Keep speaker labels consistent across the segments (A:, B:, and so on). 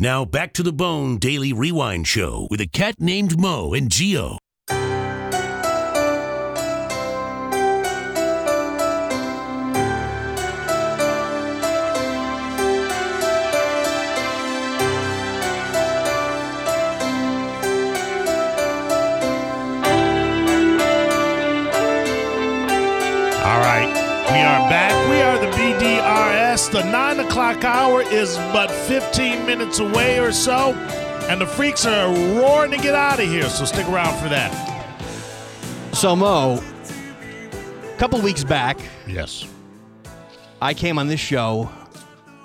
A: Now back to the Bone Daily Rewind Show with a cat named Mo and Geo.
B: All right, we are back. We are the BDRS. The nine o'clock hour is but 15 minutes away or so, and the freaks are roaring to get out of here. So stick around for that.
C: So Mo, a couple weeks back,
B: Yes.
C: I came on this show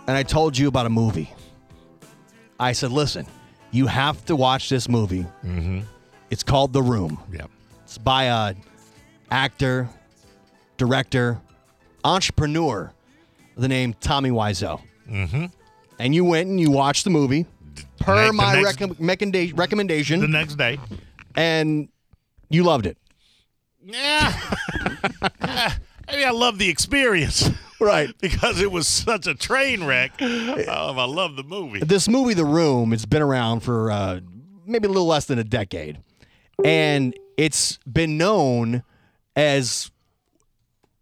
C: and I told you about a movie. I said, "Listen, you have to watch this movie. Mm-hmm. It's called The Room.
B: Yep.
C: It's by a actor, director, entrepreneur, the name Tommy Wiseau." Mm-hmm. And you went and you watched the movie per
B: The next-
C: my
B: the next-
C: recom- recommenda-
B: The
C: recommendation,
B: next day.
C: and you loved it.
B: Yeah. I mean, I love the experience
C: Right.
B: because it was such a train wreck. Um, I love the movie.
C: this movie the room it's been around for uh, maybe a little less than a decade and it's been known as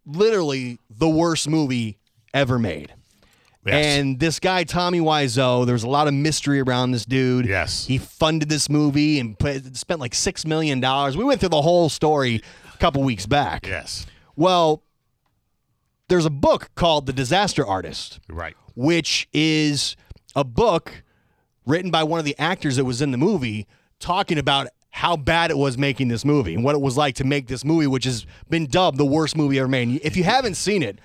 C: literally the worst movie ever made
B: Yes.
C: and this guy tommy wiseau there was a lot of mystery around this dude
B: Yes.
C: he funded this movie and put, spent like six million dollars we went through the whole story a couple weeks back
B: yes.
C: well there's a book called the disaster artist
B: Right.
C: which is a book written by one of the actors that was in the movie talking about how bad it was making this movie and what it was like to make this movie, which has been dubbed the worst movie ever made. If you haven't seen it,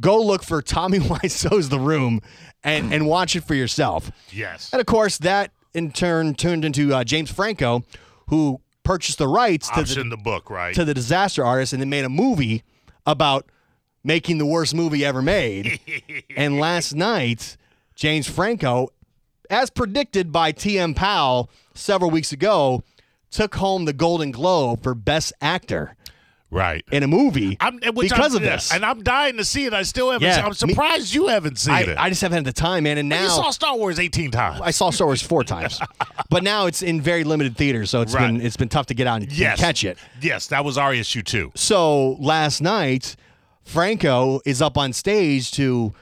C: go look for Tommy Wiseau's The Room and, and watch it for yourself.
B: Yes.
C: And of course, that in turn turned into uh, James Franco, who purchased the rights to the,
B: Option the book, right?
C: to the disaster artist and then made a movie about making the worst movie ever made. and last night, James Franco, as predicted by TM Powell several weeks ago, took home the Golden Globe for Best Actor
B: right.
C: in a movie
B: I'm, and which
C: because
B: I'm-
C: of
B: yeah,
C: this.
B: And I'm dying to see it. I still haven't.
C: Yeah,
B: seen- I'm
C: me-
B: surprised you haven't seen
C: I,
B: it.
C: I just haven't had the time, man. And
B: you
C: now
B: saw Star Wars 18 times.
C: I saw Star Wars four times, but now it's in very limited theaters, so it's
B: Right.
C: been it's been tough to get out and, and
B: yes.
C: catch it.
B: Yes, that was our issue too.
C: So last night, Franco is up on stage to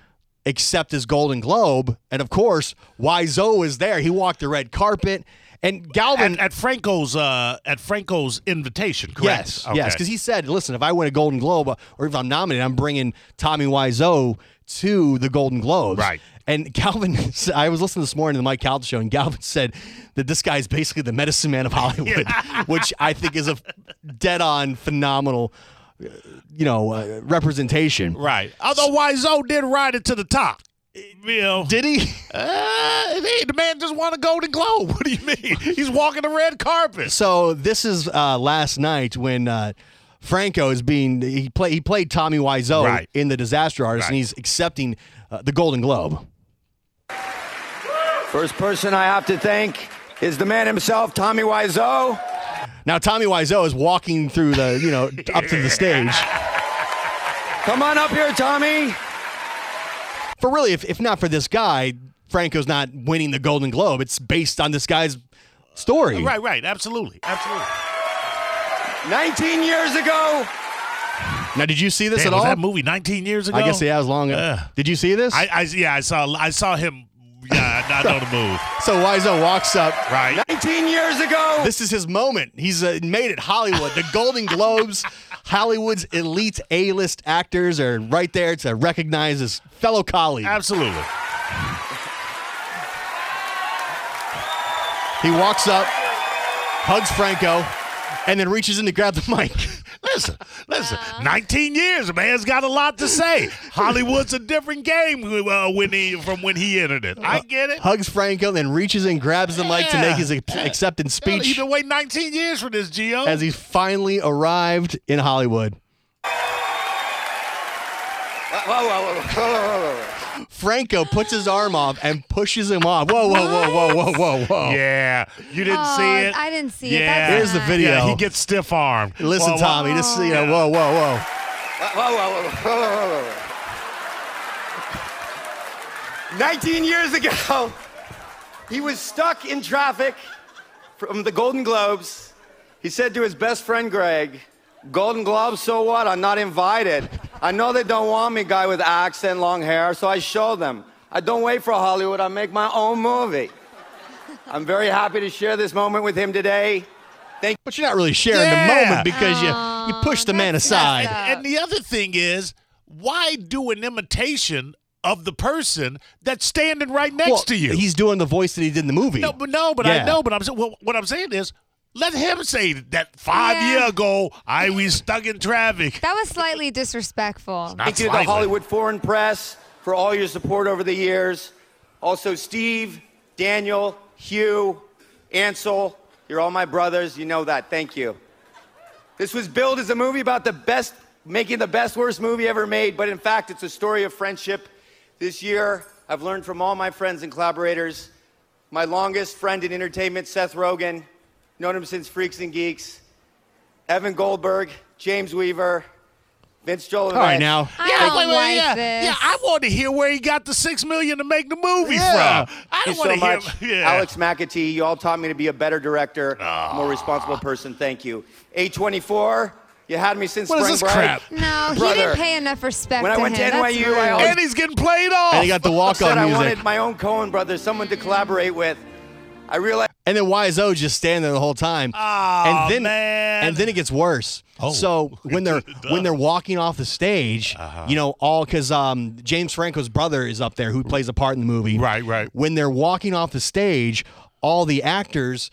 C: accept his Golden Globe, and of course, Wiseau is there. He walked the red carpet, and Galvin.
B: At, at Franco's, uh, at Franco's invitation, correct?
C: yes,
B: Okay.
C: yes, because he said, "Listen, if I win a Golden Globe uh, or if I'm nominated, I'm bringing Tommy Wiseau to the Golden Globes."
B: Right.
C: And Calvin, I was listening this morning to the Mike Calvin show, and Galvin said that this guy is basically the medicine man of Hollywood, which I think is a dead-on phenomenal, uh, you know, uh, representation.
B: right. Although Wiseau did ride it to the top. You know,
C: Did he?
B: uh, hey, the man just won a Golden Globe. What do you mean? He's walking the red carpet.
C: So this is uh, last night when uh, Franco is being he play he played Tommy Wiseau
B: Right.
C: in the Disaster Artist, and
B: Right.
C: he's accepting uh, the Golden Globe.
D: First person I have to thank is the man himself, Tommy Wiseau.
C: Now Tommy Wiseau is walking through the you know up to the stage
D: Come on up here, Tommy.
C: for really if, if not for this guy, Franco's not winning the Golden Globe. It's based on this guy's story.
B: Right, right. Absolutely. Absolutely.
D: 19 years ago,
C: Now, did you see this
B: Damn,
C: at
B: was
C: all?
B: that movie 19 years ago?
C: I guess yeah, as long.
B: Ugh.
C: did you see this?
B: I, I, yeah, I saw, I saw him. Yeah, I, I know the move.
C: so Wiseau walks up.
B: Right.
D: 19 years ago,
C: This is his moment. He's uh, made it Hollywood. The Golden Globes, Hollywood's elite A-list actors are right there to recognize his fellow colleague.
B: Absolutely.
C: He walks up, hugs Franco, and then reaches in to grab the mic.
B: Listen, listen.
E: Uh-huh.
B: 19 years, a man's got a lot to say. Hollywood's a different game uh, when he from when he entered it. I get it.
C: Hugs Franco, then reaches and grabs the mic to make his
B: Yeah.
C: ac- acceptance
B: You've
C: speech
B: been waiting 19 years for this, Gio.
C: as he finally arrived in Hollywood.
D: Whoa, whoa, whoa, whoa, whoa, whoa, whoa.
C: Franco puts his arm off and pushes him off. Whoa, whoa, whoa, whoa, whoa, whoa, whoa.
B: yeah, you didn't
E: Oh,
B: see it.
E: I didn't see it.
B: Yeah.
E: That's
C: Here's the
E: not-
C: video.
B: Yeah, he gets stiff armed.
C: Listen, Tommy, this is, you know, whoa, whoa, whoa.
D: Uh, Whoa, whoa, whoa, whoa, whoa, whoa, whoa. 19 years ago, He was stuck in traffic from the Golden Globes. He said to his best friend Greg, Golden Globes, so what? I'm not invited. I know they don't want me, guy with accent, long hair, so I show them. I don't wait for Hollywood, I make my own movie. I'm very happy to share this moment with him today.
C: But you're not really sharing
B: Yeah.
C: the moment because you you push the man
E: that's
C: aside.
E: messed up.
B: And the other thing is, why do an imitation of the person that's standing right next
C: Well,
B: to you?
C: He's doing the voice that he did in the movie.
B: no, but no, but I
C: Yeah.
B: know. But I'm saying, well, what I'm saying is, let him say that five
E: Yeah.
B: year ago I was stuck in traffic.
E: That was slightly disrespectful.
B: Not
D: Thank you to the
B: slightly.
D: Hollywood Foreign Press for all your support over the years. Also, Steve, Daniel, Hugh, Ansel, you're all my brothers. You know that. Thank you. This was billed as a movie about the best, making the best worst movie ever made, but in fact, it's a story of friendship. This year, I've learned from all my friends and collaborators. My longest friend in entertainment, Seth Rogen, known him since Freaks and Geeks. Evan Goldberg, James Weaver, Vince Joel.
C: All right, now.
E: I don't like
B: yeah,
E: this.
B: yeah. I want to hear where he got the six million to make the movie
C: Yeah.
B: from. I
D: Thank
B: don't
D: you
B: want
D: so
B: to
D: much.
B: hear. Yeah. Ah.
D: Alex McAtee, you all taught me to be a better director, more responsible person. Thank you. A24, you had me since
B: What is
D: spring
B: this
D: break.
B: crap?
E: No, he
D: Brother,
E: didn't pay enough respect
D: when I
E: to
D: went to
E: him. That's
D: NYU, I
E: rude.
D: always-
B: and he's getting played off.
C: Oh, And he got the walk
D: Said
C: on
D: I
C: music.
D: wanted my own Cohen brothers, someone to collaborate with. I realized
C: And then YSO just standing there the whole time.
B: Aw,
C: and then
B: man.
C: and then it gets worse.
B: Oh.
C: So when they're when they're walking off the stage,
B: Uh-huh.
C: you know, all because um, James Franco's brother is up there who plays a part in the movie.
B: Right, right.
C: When they're walking off the stage, all the actors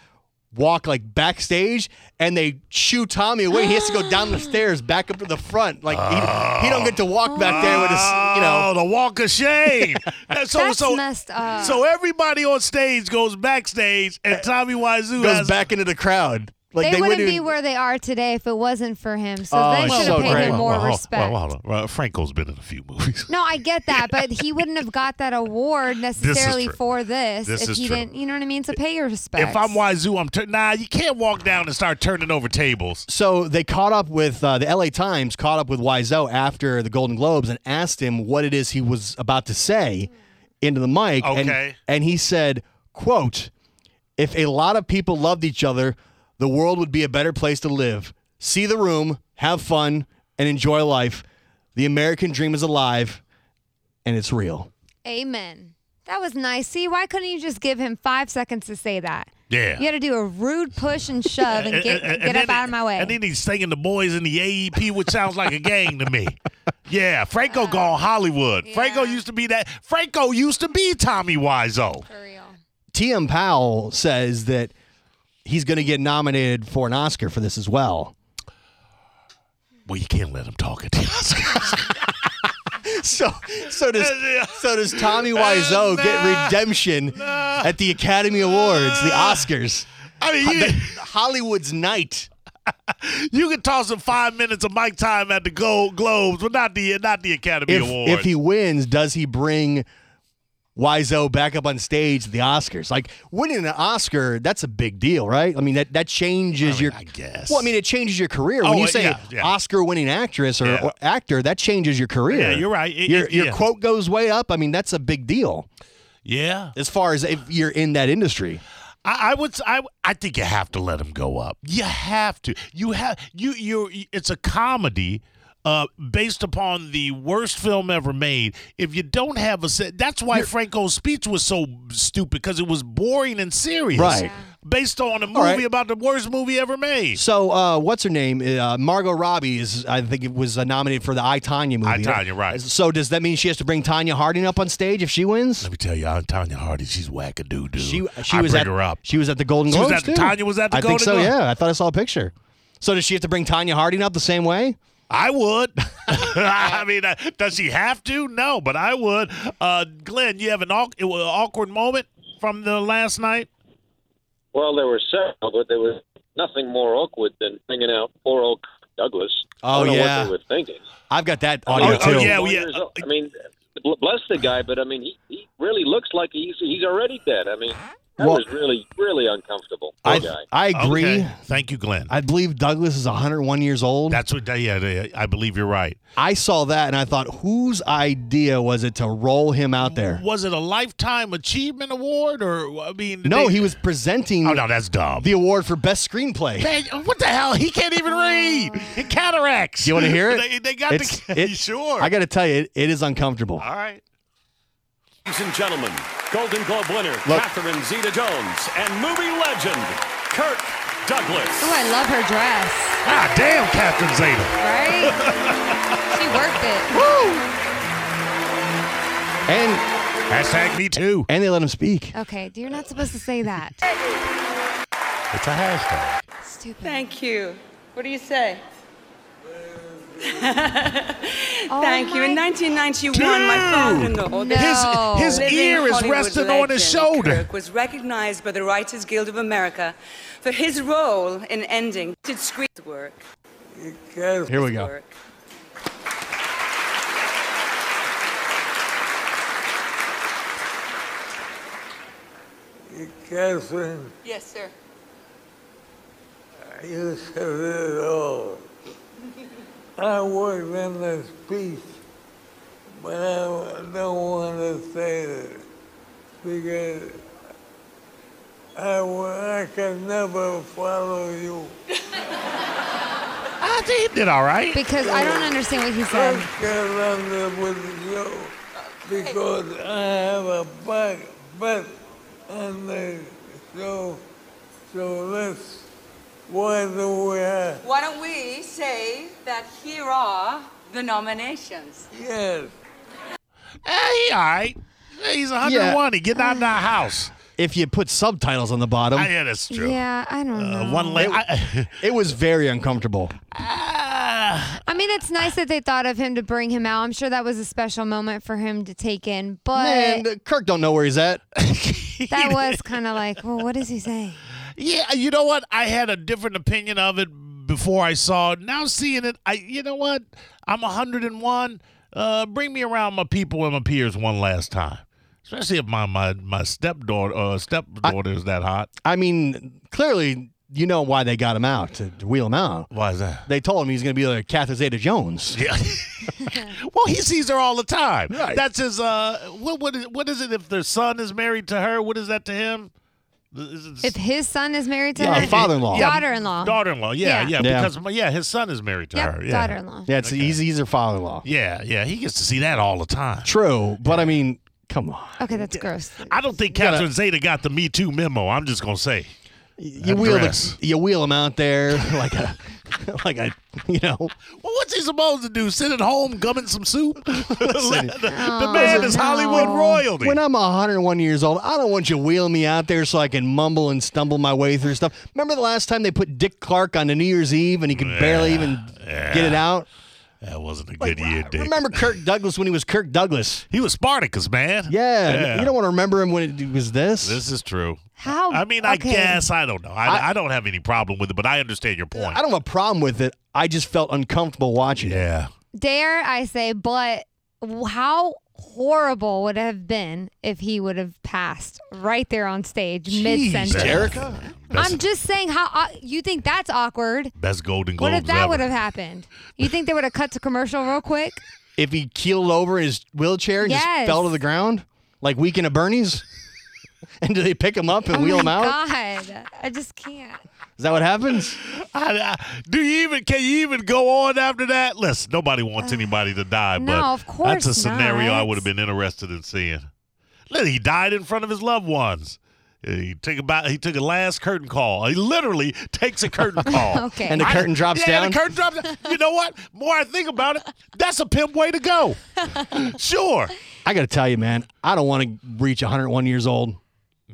C: walk like backstage and they shoo Tommy away. He has to go down the stairs back up to the front. Like he, he don't get to walk back there with his you
B: Oh,
C: know.
B: the walk of shame. That's so,
E: That's
B: so,
E: messed up.
B: So everybody on stage goes backstage, and Tommy Wiseau
C: Goes
B: has-
C: back into the crowd. Like
E: they, wouldn't
C: wouldn't
E: be
C: even-
E: where they are today if it wasn't for him. So
C: Oh,
E: they
C: it's
E: should have
C: so
E: paid
C: great.
E: him more
B: Well, hold-
E: respect.
B: well, hold on. Well, Franco's been in a few movies.
E: No, I get that, but he wouldn't have got that award necessarily
B: true.
E: for this,
B: This
E: if
B: is
E: he
B: true.
E: didn't. You know what I mean? So pay your respect.
B: If I'm Wiseau, I'm tur- nah. You can't walk down and start turning over tables.
C: So they caught up with uh, the LA Times, caught up with Wiseau after the Golden Globes and asked him what it is he was about to say into the mic. And,
B: Okay.
C: and he said, quote, if a lot of people loved each other, the world would be a better place to live. See the room, have fun, and enjoy life. The American dream is alive and it's real.
E: Amen. That was nice. See, why couldn't you just give him five seconds to say that?
B: Yeah.
E: You had to do a rude push and shove and get, get
B: then
E: up out of
B: he-
E: my way.
B: And then he's singing the boys in the AEP, which sounds like a gang to me. Yeah, Franco gone Hollywood. Franco used to be that. Franco used to be Tommy Wiseau.
E: for real.
C: T.M. Powell says that he's going to get nominated for an Oscar for this as well.
B: Well, you can't let him talk at the Oscars.
C: So, so does so does Tommy Wiseau
B: Nah.
C: get redemption at the Academy Awards, the
B: Uh,
C: Oscars,
B: I mean,
C: The-
B: you,
C: Hollywood's night?
B: you could toss him five minutes of mic time at the Gold Globes, but not the not the Academy
C: If
B: Awards.
C: if he wins, does he bring Wiseau back up on stage at the Oscars? Like winning an Oscar, that's a big deal, right? I mean that that changes your.
B: I guess.
C: Well, I mean it changes your career
B: Oh,
C: when you
B: uh,
C: say
B: yeah, yeah.
C: Oscar-winning actress or,
B: Yeah.
C: or actor. That changes your career.
B: Yeah, you're right. It-
C: your
B: it-
C: your
B: yeah.
C: quote goes way up. I mean that's a big deal
B: yeah,
C: as far as if you're in that industry.
B: I, I would. s- I I think you have to let him go up. You have to. You have you you. It's a comedy. Uh, based upon the worst film ever made. If you don't have a set, that's why Franco's speech was so stupid because it was boring and serious.
C: Right. Yeah.
B: Based on a movie
C: right.
B: about the worst movie ever made.
C: So, uh, what's her name? Uh, Margot Robbie is, I think, it was uh, nominated for the I Tanya movie.
B: I, Tanya, right.
C: So, does that mean she has to bring Tanya Harding up on stage if she wins?
B: Let me tell you, Aunt Tanya Hardy, she's wackadoo, dude.
C: She she
B: I
C: was
B: bring
C: at
B: her up.
C: she was at the Golden
B: She was
C: Globes.
B: at the-
C: too.
B: Tanya was at the
C: I think
B: Golden
C: so.
B: Globe.
C: Yeah, I thought I saw a picture. So, does she have to bring Tanya Harding up the same way?
B: I would. I mean, uh, does he have to? No, but I would. Uh, Glenn, you have an awk- it was an awkward moment from the last night.
F: Well, there were several, but there was nothing more awkward than hanging out poor old Douglas.
C: Oh,
F: I don't
C: yeah.
F: know what they were thinking.
C: I've got that
B: Oh,
C: audio
B: oh,
C: too.
B: yeah, well,
F: Four
B: yeah.
F: years old. I mean, bl- bless the guy, but I mean, he, he really looks like he's he's already dead. I mean, That
C: Well-
F: was really, really uncomfortable. Poor
C: I,
F: guy.
C: I agree.
B: Okay. Thank you, Glenn.
C: I believe Douglas is 101 years old.
B: That's what. Yeah, yeah, I believe you're right.
C: I saw that and I thought, whose idea was it to roll him out there?
B: Was it a lifetime achievement award or I mean?
C: No,
B: they-
C: he was presenting
B: Oh no, that's dumb.
C: the award for best screenplay.
B: Man, what the hell? He can't even read. Cataracts.
C: You want to hear it?
B: They, they got
C: It's-
B: the.
C: it-
B: sure.
C: I got to tell you, it, it is uncomfortable.
B: All right.
G: Ladies and gentlemen, Golden Globe winner
C: Look.
G: Catherine Zeta-Jones and movie legend Kirk
E: Ooh,
G: Douglas.
E: I love her dress.
B: Ah, damn, Captain Zeta.
E: Right? she worked it.
C: And
B: Hashtag me too.
C: and they let him speak.
E: Okay, you're not supposed to say that.
B: It's a hashtag.
E: Stupid.
H: Thank you. What do you say?
E: Oh
H: Thank you. In
E: my-
H: 1991, my father-in-law, the
E: No.
B: His his
H: living
B: ear is
H: Hollywood
B: resting on his
H: legend,
B: shoulder.
H: Kirk was recognized by the Writers Guild of America for his role in ending did screen work.
C: Here we go.
H: Work.
I: Catherine,
H: Yes, sir.
I: you said it all. I was in the speech, but I don't want to say it because I, wa- I can never follow you.
B: I think he did all right.
E: Because I don't understand
B: Oh.
E: what he
I: I
E: said.
I: get under with you because I have a back bet on the show. So let's, why do we have?
H: Why don't we say that here are the nominations?
I: Yes.
B: Hey, Eh, all right. He's 101. He getting out of the house.
C: If you put subtitles on the bottom,
B: I, yeah, that's true.
E: Yeah, I don't know.
B: Uh, one leg. I,
C: it was very uncomfortable.
B: Ah.
E: I mean, it's nice that they thought of him to bring him out. I'm sure that was a special moment for him to take in, but
C: And Kirk don't know where he's at.
E: that was kind of like, well, what is he saying?
B: yeah, you know what? I had a different opinion of it before I saw it. Now seeing it, I you know what? I'm 101. Uh, bring me around my people and my peers one last time. Especially if my my my stepdaughter uh, stepdaughter is that hot.
C: I mean, clearly you know why they got him out to, to wheel him out.
B: Why is that?
C: They told him he's going to be like Catherine Zeta-Jones.
B: Yeah. well, he sees her all the time.
C: Right.
B: That's his. Uh, what what is, what is it if their son is married to her? What is that to him? Is it-
E: If his son is married to
C: Yeah,
E: her,
C: father-in-law.
B: Yeah,
E: daughter-in-law,
B: daughter-in-law. Yeah, yeah,
E: Uh-huh. Yeah.
C: Yeah.
B: because my- yeah, his son is married to
E: yep,
B: her. Yeah.
E: daughter-in-law.
C: Yeah, it's, he's, he's her father-in-law.
B: Yeah, yeah, he gets to see that all the time.
C: True, but I mean, come on.
E: Okay, that's gross.
B: I don't think Catherine Zeta got the Me Too memo. I'm just gonna say.
C: you wheel
B: dress.
C: the, you wheel him out there like a like a you know
B: Well, what's he supposed to do? Sit at home gumming some soup? the, the man
E: Oh,
B: is Hollywood
E: no.
B: royalty.
C: when I'm 101 years old I don't want you wheeling me out there so I can mumble and stumble my way through stuff. Remember the last time they put Dick Clark on the New Year's Eve and he could barely even get it out?
B: that wasn't a good year, Dick.
C: Remember Kirk Douglas when he was Kirk Douglas?
B: he was Spartacus, man.
C: Yeah,
B: Yeah.
C: you don't want to remember him when it was this.
B: This is true.
E: How?
B: I mean, I
E: okay.
B: guess I don't know. I, I, don't have any problem with it, but I understand your point.
C: I don't have a problem with it. I just felt uncomfortable watching it.
B: yeah.
E: Dare I say, but how horrible would it have been if he would have passed right there on stage mid-sentence?
B: Erica. That's,
E: I'm just saying how au- you think that's awkward.
B: that's Golden Globes.
E: What if that
B: ever.
E: would have happened? You think they would have cut to commercial real quick?
C: If he keeled over in his wheelchair and just
E: Yes.
C: fell to the ground like Weekend at Bernie's, and do they pick him up and wheel
E: oh
C: him
E: my
C: out?
E: God, I just can't.
C: Is that what happens?
B: I, I, do you even can you even go on after that? Listen, nobody wants anybody to die,
E: Uh, no,
B: but
E: of course
B: that's a scenario I
E: not.
B: would have been interested in seeing. Look, he died in front of his loved ones. He took about he took a last curtain call. He literally takes a curtain call.
E: Okay.
C: And the
B: I-
C: curtain drops
B: yeah,
C: down.
B: the curtain drops down. You know what? More I think about it, that's a pimp way to go. sure.
C: I got to tell you, man, I don't want to reach 101 years old.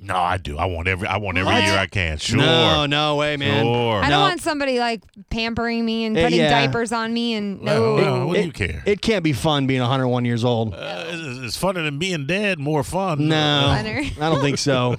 B: No, I do. I want every I want every
E: What?
B: year I can. Sure.
C: No, no way, man.
B: Sure.
E: I don't
C: No.
E: want somebody like pampering me and
C: Eh,
E: putting
C: yeah.
E: diapers on me and
C: Uh,
E: no.
B: Well, what do you care?
C: It can't be fun being 101 years old.
B: Uh, it's it's funner than being dead. More fun.
C: no,
B: Uh,
C: I don't think so.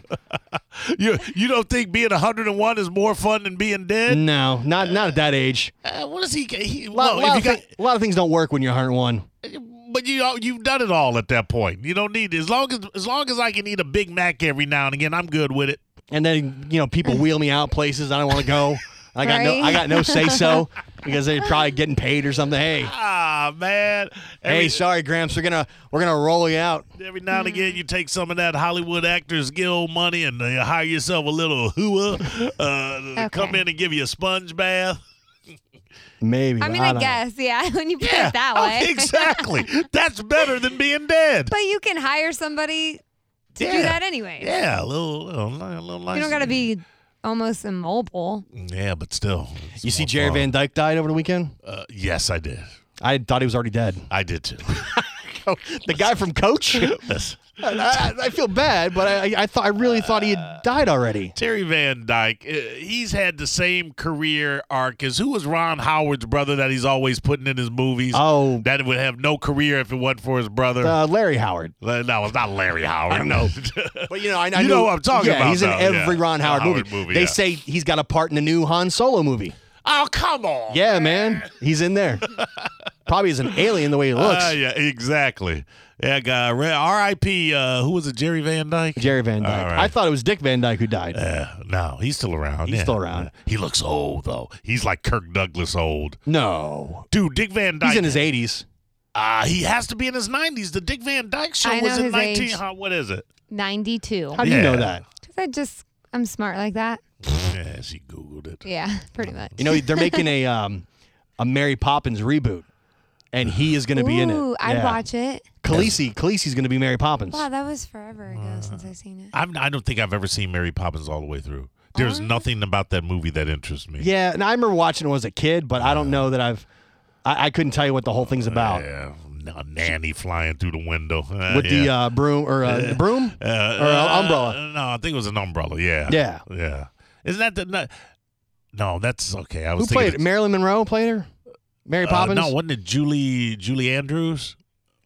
B: you you don't think being 101 is more fun than being
E: Mm.
B: dead?
C: No, not not at that age.
B: Uh, what is he? he
C: A lot,
B: well,
C: lot
B: if
C: of
B: you
C: thi- a lot of things don't work when you're 101.
B: got- but you all- you've done it all at that point. You don't need as long as as long as I can eat a Big Mac every now and again, I'm good with it.
C: and then you know people wheel me out places I don't want to go. I got no I got no say so because they're probably getting paid or something. Hey,
B: Ah man,
C: hey,
B: Every-
C: sorry, Gramps, we're gonna we're gonna roll you out.
B: Every now and
E: Mm.
B: again, you take some of that Hollywood Actors Guild money and uh, you hire yourself a little hooah uh, to come
E: Okay.
B: in and give you a sponge bath.
C: Maybe.
E: I mean,
C: I,
E: I,
C: don't know.
E: guess, yeah, when you put it that
B: oh,
E: way.
B: exactly. That's better than being dead.
E: But you can hire somebody to
B: yeah.
E: do that anyway.
B: Yeah, a little, little, little, little nice.
E: You don't got to be almost immobile.
B: Yeah, but still. it's
C: You see,
B: more
C: Jerry
B: fun.
C: Van Dyke died over the weekend.
B: Uh, yes, I did.
C: I thought he was already dead.
B: I did too.
C: The guy from Coach. I,
B: Yes.
C: I, I feel bad, but I, I thought I really thought he had died already.
B: Terry Van Dyke, uh, he's had the same career arc as who was Ron Howard's brother that he's always putting in his movies.
C: Oh.
B: that would have no career if it wasn't for his brother.
C: Uh, Larry Howard.
B: Le- No, it's not Larry Howard. No.
C: But you know, I, I
B: You know what I'm talking
C: yeah,
B: about,
C: He's in
B: though.
C: every
B: Yeah.
C: Ron Howard,
B: Howard
C: movie.
B: movie,
C: They
B: yeah.
C: say he's got a part in the new Han Solo movie.
B: oh, come on.
C: Yeah, man, he's in there. Probably as an alien the way he looks.
B: Uh, yeah, exactly. Yeah, guy. re- R.I.P. Uh, who was it? Jerry Van Dyke.
C: Jerry Van Dyke.
B: All right.
C: I thought it was Dick Van Dyke who died.
B: Yeah, no, he's still around.
C: He's
B: yeah.
C: still around.
B: He looks old though. He's like Kirk Douglas old.
C: no,
B: Dude, Dick Van Dyke.
C: he's in his 80s.
B: Uh, he has to be in his 90s. The Dick Van Dyke show
E: I
B: was
E: know
B: in
E: his
B: 19.
E: age.
B: Huh, what is it?
E: 92.
C: How do you
B: Yeah.
C: know that?
E: Because I just, I'm smart like that.
B: Yeah, she googled it.
E: Yeah, pretty much.
C: You know, they're making a um, a Mary Poppins reboot, and he is going to be in it.
E: Ooh, I'd
C: Yeah.
E: watch it.
C: Khaleesi. Khaleesi's going to be Mary Poppins.
E: Wow, that was forever ago since I've seen it.
B: I'm, I don't think I've ever seen Mary Poppins all the way through. There's
E: Oh.
B: nothing about that movie that interests me.
C: Yeah, and I remember watching it when I was a kid, but I don't know that I've. I, I couldn't tell you what the whole thing's about.
B: Yeah, a nanny flying through the window Uh,
C: With the
B: yeah.
C: uh, broom or uh, broom
B: Uh,
C: or uh, umbrella.
B: No, I think it was an umbrella. Yeah.
C: Yeah.
B: Yeah. Isn't that the? No, no that's okay. I was
C: Who
B: thinking
C: played it?
B: it's-
C: Marilyn Monroe played her. Mary
B: Uh,
C: Poppins.
B: no, wasn't it Julie Julie Andrews?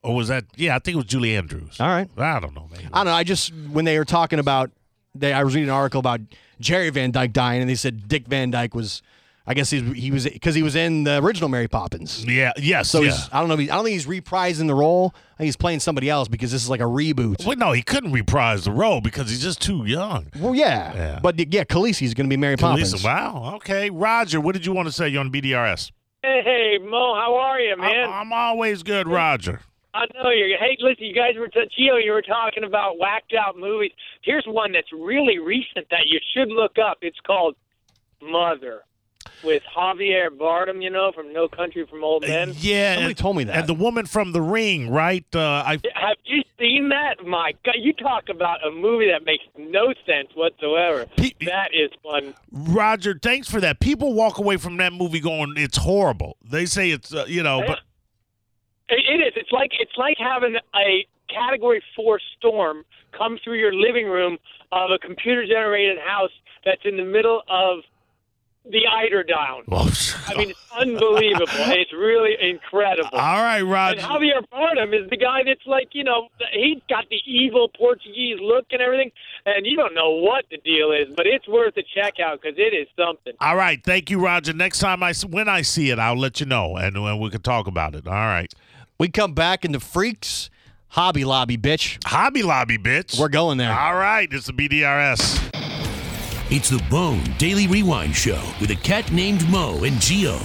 B: Or was that? Yeah, I think it was Julie Andrews.
C: All right.
B: I don't know, man.
C: I don't know. I just when they were talking about, they I was reading an article about Jerry Van Dyke dying, and they said Dick Van Dyke was, I guess he, he was because he was in the original Mary Poppins.
B: Yeah. Yes.
C: So
B: yeah.
C: he's, I don't know. if he- I don't think he's reprising the role. I think he's playing somebody else because this is like a reboot.
B: Well, no, he couldn't reprise the role because he's just too young.
C: Well, yeah,
B: Yeah.
C: but yeah, Khaleesi's going to be Mary Poppins.
B: Lisa, wow. Okay, Roger, what did you want to say? You on BDRS?
F: Hey, Mo, how are you,
B: I'm, I'm always good, Roger.
F: I know you. Hey, listen, you guys were t- Gio. You were talking about whacked out movies. Here's one that's really recent that you should look up. It's called Mother, with Javier Bardem. You know from No Country for Old Men.
B: yeah,
C: Somebody
B: and,
C: told me that.
B: and the woman from The Ring, right? Uh, I
F: Have you seen that? My God, you talk about a movie that makes no sense whatsoever.
B: Pe-
F: that is one.
B: Roger, thanks for that. People walk away from that movie going, "It's horrible." They say it's, uh, you know, but
F: It, it is. It's like it's like having a Category Four storm come through your living room of a computer-generated house that's in the middle of the eiderdown. I mean, it's unbelievable. it's really incredible.
B: all right,
F: and
B: Roger.
F: Javier Bardem is the guy that's like, you know, he's got the evil Portuguese look and everything, and you don't know what the deal is, but it's worth a check out because it is something.
B: All right, thank you, Roger. Next time I s- when I see it, I'll let you know, and, and we can talk about it. All right,
C: we come back into Freaks Hobby Lobby, bitch.
B: Hobby Lobby, bitch.
C: We're going there.
B: All right, it's the BDRS.
A: It's the Bone Daily Rewind Show with a cat named Mo and Geo.